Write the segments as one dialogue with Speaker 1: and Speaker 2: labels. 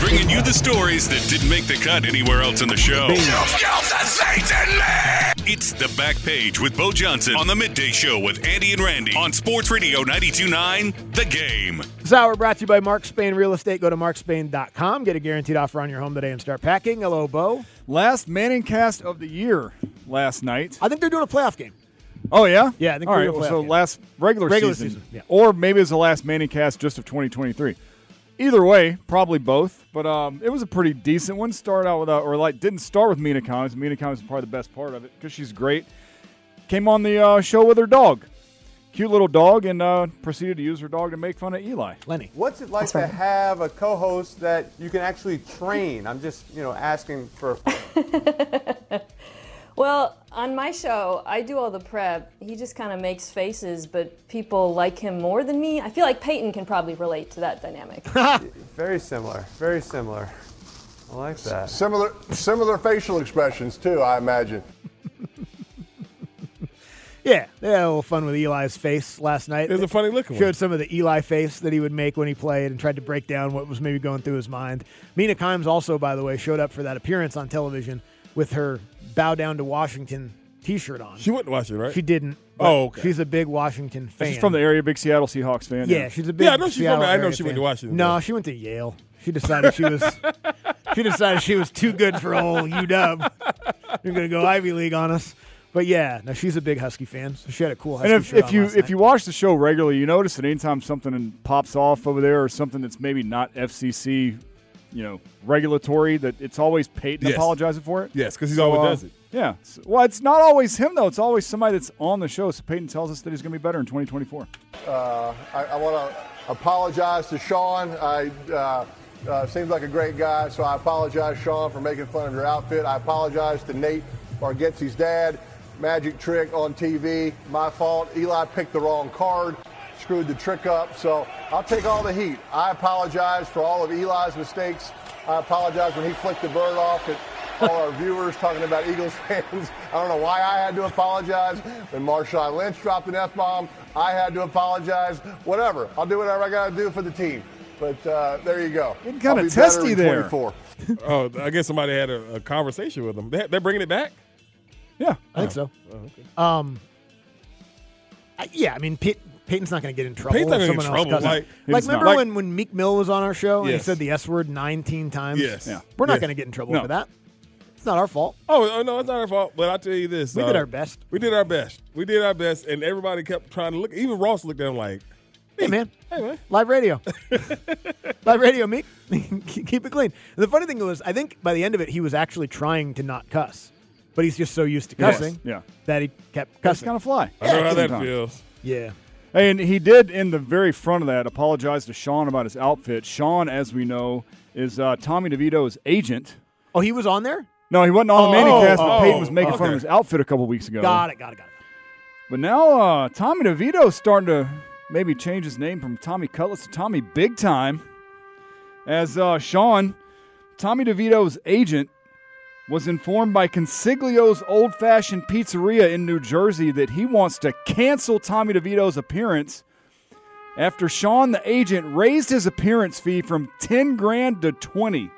Speaker 1: bringing you the stories that didn't make the cut anywhere else in the show. It's the back page with Bo Johnson on the midday show with Andy and Randy on Sports Radio 92.9 The Game.
Speaker 2: This hour brought to you by Mark Spain Real Estate. Go to markspain.com, get a guaranteed offer on your home today, and start packing. Hello, Bo.
Speaker 3: Last Manning cast of the year last night.
Speaker 2: I think they're doing a playoff game.
Speaker 3: Oh yeah,
Speaker 2: yeah. I think
Speaker 3: All right,
Speaker 2: doing a
Speaker 3: so
Speaker 2: game.
Speaker 3: last regular,
Speaker 2: Regular
Speaker 3: season,
Speaker 2: season, yeah.
Speaker 3: or maybe it's the last Manning cast just of 2023. Either way, probably both. But um, it was a pretty decent one. Started out with, uh, or like, didn't start with Mina Kimes. Mina Kimes is probably the best part of it because she's great. Came on the uh, show with her dog, cute little dog, and uh, proceeded to use her dog to make fun of Eli.
Speaker 2: Lenny.
Speaker 4: What's it like to have a co-host that you can actually train? I'm just, you know, asking for.
Speaker 5: Well, on my show, I do all the prep. He just kind of makes faces, but people like him more than me. I feel like Peyton can probably relate to that dynamic.
Speaker 4: very similar. Very similar. I like that.
Speaker 6: Similar, similar facial expressions too, I imagine.
Speaker 2: Yeah, they had a little fun with Eli's face last night.
Speaker 7: It was a funny looking
Speaker 2: Showed
Speaker 7: one.
Speaker 2: some of the Eli face that he would make when he played and tried to break down what was maybe going through his mind. Mina Kimes also, by the way, showed up for that appearance on television with her bow down to Washington T-shirt on.
Speaker 7: She wouldn't watch it, right?
Speaker 2: She didn't. but
Speaker 7: Oh, okay.
Speaker 2: she's a big Washington fan.
Speaker 3: She's from the area, big Seattle Seahawks fan.
Speaker 2: Yeah, she's a big.
Speaker 7: Yeah, I know she's from
Speaker 2: Seattle
Speaker 7: there. I know
Speaker 2: area
Speaker 7: she went
Speaker 2: fan.
Speaker 7: to Washington,
Speaker 2: No,
Speaker 7: though.
Speaker 2: she went to Yale. She decided she was. she decided she was too good for old UW. You're gonna go Ivy League on us. But yeah, no, she's a big Husky fan. So she had a cool Husky
Speaker 3: And if,
Speaker 2: shirt
Speaker 3: if
Speaker 2: on
Speaker 3: you
Speaker 2: last
Speaker 3: if
Speaker 2: night.
Speaker 3: you watch the show regularly, you notice that anytime something pops off over there or something that's maybe not FCC, you know, regulatory, that it's always Peyton
Speaker 7: Yes.
Speaker 3: apologizing for it.
Speaker 7: Yes, because he's
Speaker 3: So,
Speaker 7: always
Speaker 3: uh,
Speaker 7: does it.
Speaker 3: Yeah. S- Well, it's not always him though. It's always somebody that's on the show. So Peyton tells us that he's going to be better in 2024.
Speaker 6: Uh, I, I want to apologize to Sean. I uh, uh, seems like a great guy, so I apologize, Sean, for making fun of your outfit. I apologize to Nate Bargetzi's dad. Magic trick on TV. My fault. Eli picked the wrong card, screwed the trick up. So I'll take all the heat. I apologize for all of Eli's mistakes. I apologize when he flicked the bird off at all our viewers talking about Eagles fans. I don't know why I had to apologize. When Marshawn Lynch dropped an F-bomb, I had to apologize. Whatever. I'll do whatever I got to do for the team. But uh, there you go.
Speaker 3: Getting kinda
Speaker 6: I'll be better
Speaker 3: testy
Speaker 6: in
Speaker 3: there.
Speaker 6: 24.
Speaker 7: Oh, I guess somebody had a, a conversation with him. They, they're bringing it back.
Speaker 3: Yeah.
Speaker 2: I think so. Um, I- yeah, I mean, Pey- Peyton's not going to get in trouble.
Speaker 7: Peyton's not
Speaker 2: if
Speaker 7: gonna get
Speaker 2: someone else
Speaker 7: in
Speaker 2: does
Speaker 7: trouble,
Speaker 2: it.
Speaker 7: like-
Speaker 2: like
Speaker 3: He's not.
Speaker 2: remember
Speaker 7: Like-
Speaker 2: when, when Meek Mill was on our show and he
Speaker 7: Yes.
Speaker 2: said the S word 19 times?
Speaker 7: Yes. Yeah.
Speaker 2: We're not
Speaker 7: Yes.
Speaker 2: going to get in trouble
Speaker 3: No.
Speaker 2: for that. It's not our fault.
Speaker 7: Oh, oh, no, it's not our fault. But I'll tell you this.
Speaker 2: We did our best.
Speaker 7: Uh, We did our best. We did our best, and everybody kept trying to look. Even Ross looked at him like,
Speaker 2: Hey, man. Live radio. Live radio, Meek. Keep it clean. And the funny thing was, I think by the end of it, he was actually trying to not cuss. But he's just so used to
Speaker 3: Yes.
Speaker 2: cussing
Speaker 3: Yeah.
Speaker 2: that he kept
Speaker 3: That's
Speaker 2: cussing.
Speaker 3: kind of fly.
Speaker 7: I know how that
Speaker 3: Sometimes.
Speaker 7: feels.
Speaker 2: yeah.
Speaker 3: And he did in the very front of that apologize to Sean about his outfit. Sean, as we know, is uh, Tommy DeVito's agent.
Speaker 2: Oh, he was on there?
Speaker 3: No, he wasn't on the Manning
Speaker 7: Oh,
Speaker 3: cast, but
Speaker 7: oh,
Speaker 3: Peyton was making fun
Speaker 7: okay.
Speaker 3: of his outfit a couple weeks ago.
Speaker 2: Got it, got it, got it.
Speaker 3: But now uh, Tommy DeVito's starting to maybe change his name from Tommy Cutlass to Tommy Big Time. As uh, Sean, Tommy DeVito's agent, was informed by Consiglio's Old Fashioned Pizzeria in New Jersey that he wants to cancel Tommy DeVito's appearance after Sean, the agent, raised his appearance fee from 10 grand to 20.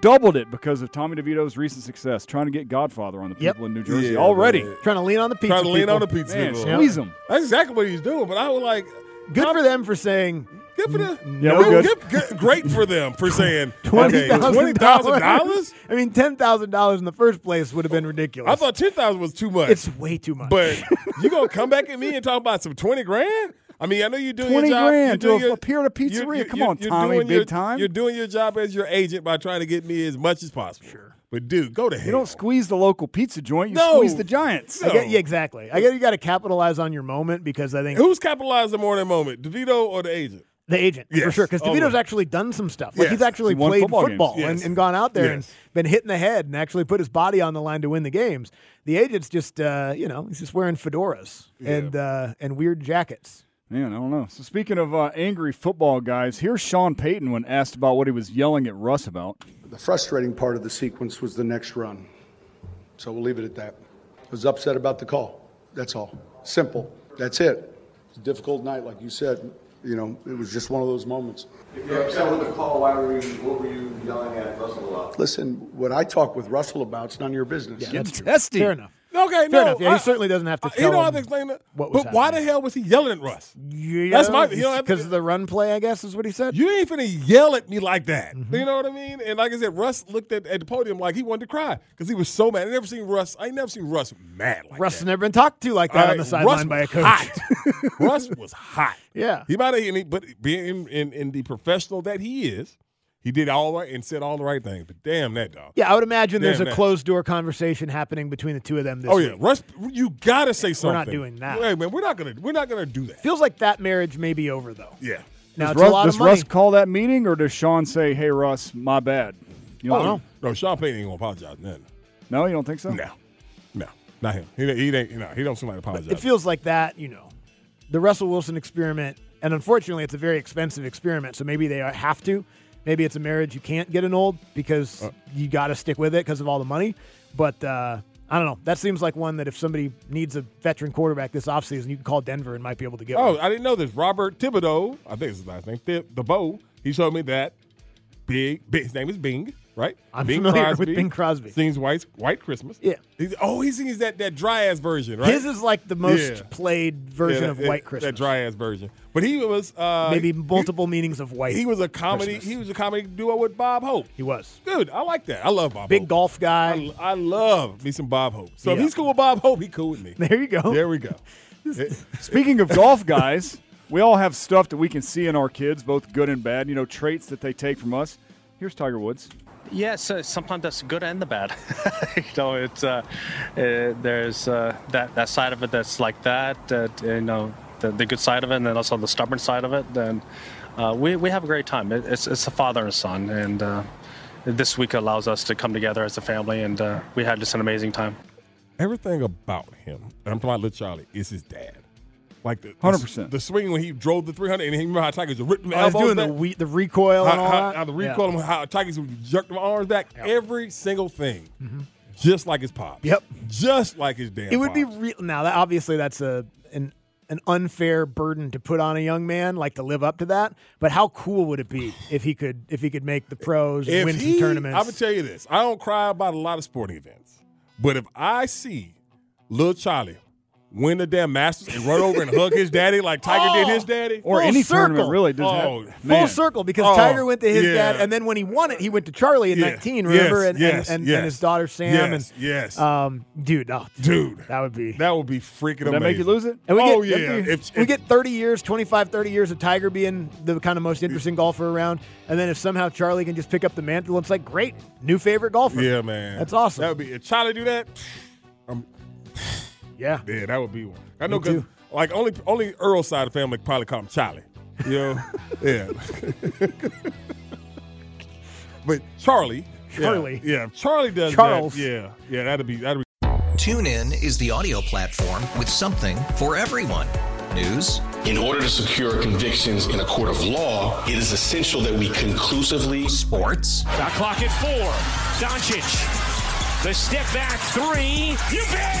Speaker 3: Doubled it because of Tommy DeVito's recent success trying to get Godfather on the people
Speaker 2: Yep.
Speaker 3: in New Jersey
Speaker 7: Yeah,
Speaker 3: already.
Speaker 7: man.
Speaker 2: Trying to lean on the pizza.
Speaker 7: Trying to lean
Speaker 2: people.
Speaker 7: on the pizza.
Speaker 3: Man,
Speaker 7: people.
Speaker 3: squeeze 'em.
Speaker 7: That's exactly what he's doing. But I was like,
Speaker 2: Good
Speaker 7: Tom-
Speaker 2: for them for saying,
Speaker 7: Good Good for them.
Speaker 2: Yeah, we're
Speaker 7: Well,
Speaker 2: good.
Speaker 7: good- good- great for them for saying
Speaker 2: Twenty
Speaker 7: okay,
Speaker 2: thousand
Speaker 7: $20,000?
Speaker 2: dollars. I mean, ten thousand dollars in the first place would have been ridiculous.
Speaker 7: I thought ten thousand was too much.
Speaker 2: It's way too much.
Speaker 7: But you gonna come back at me and talk about some twenty grand? I mean, I know you're doing
Speaker 3: 20
Speaker 7: your job.
Speaker 3: grand
Speaker 7: you're
Speaker 3: to
Speaker 7: doing
Speaker 3: a- appear at a pizzeria. Come on, Tommy,
Speaker 7: doing
Speaker 3: big
Speaker 7: your,
Speaker 3: time.
Speaker 7: You're doing your job as your agent by trying to get me as much as possible. Sure, but dude, go to hell.
Speaker 3: You don't squeeze the local pizza joint. You
Speaker 7: No.
Speaker 3: squeeze the Giants.
Speaker 7: No.
Speaker 2: I get, yeah, exactly. I guess you got to capitalize on your moment because I think
Speaker 7: Who's capitalizing more in that moment, DeVito or the agent?
Speaker 2: the agent for
Speaker 7: Yes.
Speaker 2: sure because
Speaker 7: Always.
Speaker 2: DeVito's actually done some stuff. Like
Speaker 7: Yes.
Speaker 2: he's actually
Speaker 3: He won
Speaker 2: played
Speaker 3: football
Speaker 2: football,
Speaker 3: games.
Speaker 2: and,
Speaker 7: Yes.
Speaker 2: and gone out
Speaker 7: Yes.
Speaker 2: there and been hit in the head and actually put his body on the line to win the games. The agent's just uh, you know he's just wearing fedoras and uh, and weird jackets.
Speaker 3: Man, I don't know. So speaking of uh, angry football guys, here's Sean Payton when asked about what he was yelling at Russ about.
Speaker 8: The frustrating part of the sequence was the next run. So we'll leave it at that. I was upset about the call. That's all. Simple. That's it. It's a difficult night, like you said. You know, it was just one of those moments.
Speaker 4: If you're upset with the call, why were you, what were you yelling at Russell about?
Speaker 8: Listen, what I talk with Russell about, it's none of your business.
Speaker 2: Yeah, that's true.
Speaker 3: testy.
Speaker 2: Fair enough.
Speaker 7: Okay,
Speaker 2: Fair
Speaker 7: no,
Speaker 2: enough. Yeah,
Speaker 7: I-
Speaker 2: he certainly doesn't have to.
Speaker 7: He
Speaker 2: Tell
Speaker 7: don't have
Speaker 2: him
Speaker 7: to explain that.
Speaker 2: what was
Speaker 7: But why the hell was he yelling at Russ?
Speaker 2: You
Speaker 7: That's
Speaker 2: know,
Speaker 7: my- you don't have to-
Speaker 2: because of the run play. I guess is what he said.
Speaker 7: You ain't finna yell at me like that.
Speaker 2: Mm-hmm.
Speaker 7: You know what I mean? And like I said, Russ looked at, at the podium like he wanted to cry because he was so mad. I never seen Russ. I ain't never seen Russ mad like
Speaker 2: Russ has never been talked to like that
Speaker 7: All
Speaker 2: on the
Speaker 7: right, Russ
Speaker 2: sideline by a
Speaker 7: was
Speaker 2: coach.
Speaker 7: hot. Russ was hot.
Speaker 2: Yeah.
Speaker 7: He might have, and he- but being in, in, in the professional that he is, he did all right and said all the right things. But damn that dog.
Speaker 2: Yeah, I would imagine there's
Speaker 7: Damn
Speaker 2: a
Speaker 7: that.
Speaker 2: closed door conversation happening between the two of them this
Speaker 7: Oh yeah,
Speaker 2: week.
Speaker 7: Russ, you gotta say something.
Speaker 2: not doing that.
Speaker 7: Hey man, we're not gonna we're not gonna do that.
Speaker 2: Feels like that marriage may be over though.
Speaker 7: Yeah.
Speaker 2: Now
Speaker 3: does
Speaker 2: it's
Speaker 3: Russ,
Speaker 2: a lot
Speaker 3: does
Speaker 2: of money.
Speaker 3: Russ call that meeting, or does Sean say, "Hey, Russ, my bad"? You
Speaker 7: Oh,
Speaker 3: don't know?
Speaker 7: No, Sean Payton ain't gonna apologize. Nothing.
Speaker 3: No, you don't think so?
Speaker 7: No, no, not him. He, he ain't. No, he don't seem like to apologize.
Speaker 2: it feels like that, you know, the Russell Wilson experiment, and unfortunately, it's a very expensive experiment. So maybe they have to. Maybe it's a marriage you can't get annulled because
Speaker 7: Uh.
Speaker 2: you got to stick with it because of all the money. But uh, I don't know. That seems like one that if somebody needs a veteran quarterback this offseason, you can call Denver and might be able to get one.
Speaker 7: Oh, I didn't know this. Robert Thibodeau, I think it's his last name, Thib- the Bow. He showed me that Big, Big. His name is Bing, right?
Speaker 2: I'm familiar with Bing Crosby.
Speaker 7: Sings White White Christmas.
Speaker 2: Yeah.
Speaker 7: He's, oh, he sings that that dry ass version, right?
Speaker 2: His is like the most
Speaker 7: Yeah.
Speaker 2: played version
Speaker 7: Yeah,
Speaker 2: of
Speaker 7: that-
Speaker 2: White
Speaker 7: that-
Speaker 2: Christmas.
Speaker 7: That dry ass version. But he was uh,
Speaker 2: Maybe
Speaker 7: he-
Speaker 2: multiple meanings of white.
Speaker 7: He, was a comedy.
Speaker 2: Christmas.
Speaker 7: He was a comedy duo with Bob Hope.
Speaker 2: He was.
Speaker 7: Dude, I like that. I love Bob.
Speaker 2: Big
Speaker 7: Hope.
Speaker 2: golf guy.
Speaker 7: I, I love me some Bob Hope. So if
Speaker 2: Yeah.
Speaker 7: he's cool with Bob Hope, he cool with me.
Speaker 2: There you go.
Speaker 7: There we go. It-
Speaker 3: Speaking of golf, guys, we all have stuff that we can see in our kids, both good and bad. You know, traits that they take from us. Here's Tiger Woods.
Speaker 9: Yes, uh, sometimes that's the good and the bad. you know, it's uh, uh, there's uh, that that side of it that's like that. That you know, the, the good side of it, and then also the stubborn side of it. Then uh, we we have a great time. It, it's it's a father and son, and uh, this week allows us to come together as a family, and uh, we had just an amazing time.
Speaker 7: everything about him, and I'm talking about Little Charlie, is his dad. Like the
Speaker 3: 100%.
Speaker 7: the, swing when he drove the 300, and he remember how Tigers would rip them
Speaker 2: I was
Speaker 7: elbows
Speaker 2: doing
Speaker 7: back,
Speaker 2: the, we- the recoil and
Speaker 7: how,
Speaker 2: all
Speaker 7: how,
Speaker 2: that.
Speaker 7: how the
Speaker 2: Yeah.
Speaker 7: recoil, and how Tigers would jerk them arms back, every single thing, just like his pop.
Speaker 2: Mm-hmm. Yep.
Speaker 7: just like his damn.
Speaker 2: it would be
Speaker 7: pops.
Speaker 2: real now that obviously that's a an an unfair burden to put on a young man like to live up to that but how cool would it be if he could if he could make the pros
Speaker 7: if
Speaker 2: win
Speaker 7: he,
Speaker 2: some tournaments
Speaker 7: I'm gonna tell you this: I don't cry about a lot of sporting events, but if I see Little Charlie. Win the damn Masters and run over and hug his daddy like Tiger
Speaker 2: Oh.
Speaker 7: did his daddy,
Speaker 3: Or
Speaker 2: Full
Speaker 3: any
Speaker 2: circle.
Speaker 3: tournament, really. Does
Speaker 7: Oh,
Speaker 3: that,
Speaker 7: full
Speaker 2: full
Speaker 3: man.
Speaker 2: circle because
Speaker 7: Oh,
Speaker 2: tiger went to his
Speaker 7: yeah.
Speaker 2: dad and then when he won it he went to charlie in
Speaker 7: Yeah.
Speaker 2: 19
Speaker 7: Yes,
Speaker 2: remember and,
Speaker 7: yes,
Speaker 2: and, and,
Speaker 7: yes.
Speaker 2: and his daughter sam
Speaker 7: Yes,
Speaker 2: and
Speaker 7: yes.
Speaker 2: um dude oh,
Speaker 7: Dude.
Speaker 2: that would be
Speaker 7: That would be freaking
Speaker 3: Would that
Speaker 7: amazing.
Speaker 3: make you lose it?
Speaker 2: and we
Speaker 7: oh
Speaker 2: get,
Speaker 7: yeah, if,
Speaker 2: we
Speaker 7: if-
Speaker 2: get 30 years, 25, 30 years of Tiger being the kind of most interesting golfer around. And then if somehow Charlie can just pick up the mantle, it's like, great, new favorite golfer.
Speaker 7: yeah, man,
Speaker 2: That's awesome.
Speaker 7: That would be if Charlie do that. Um,
Speaker 2: Yeah.
Speaker 7: yeah, that would be one. I know, cause
Speaker 2: too.
Speaker 7: like only only Earl's side of the family probably call him Charlie. You know, yeah. but Charlie, yeah,
Speaker 2: Charlie.
Speaker 7: yeah, if Charlie does that,
Speaker 2: Charles.
Speaker 7: yeah, yeah, that'd be that'd be.
Speaker 10: TuneIn is the audio platform with something for everyone. News,
Speaker 11: In order to secure convictions in a court of law, it is essential that we conclusively
Speaker 10: sports,
Speaker 12: The clock at four. Doncic. The step back three. You bet.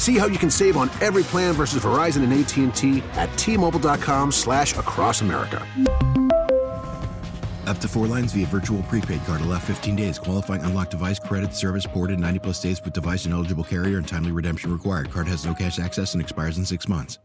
Speaker 7: See how you can save on every plan versus Verizon and AT&T at tmobile.com slash across America.
Speaker 2: Up to four lines via virtual prepaid card. Allow 15 days. Qualifying unlocked device credit service ported 90 plus days with device and eligible carrier and timely redemption required. Card has no cash access and expires in six months.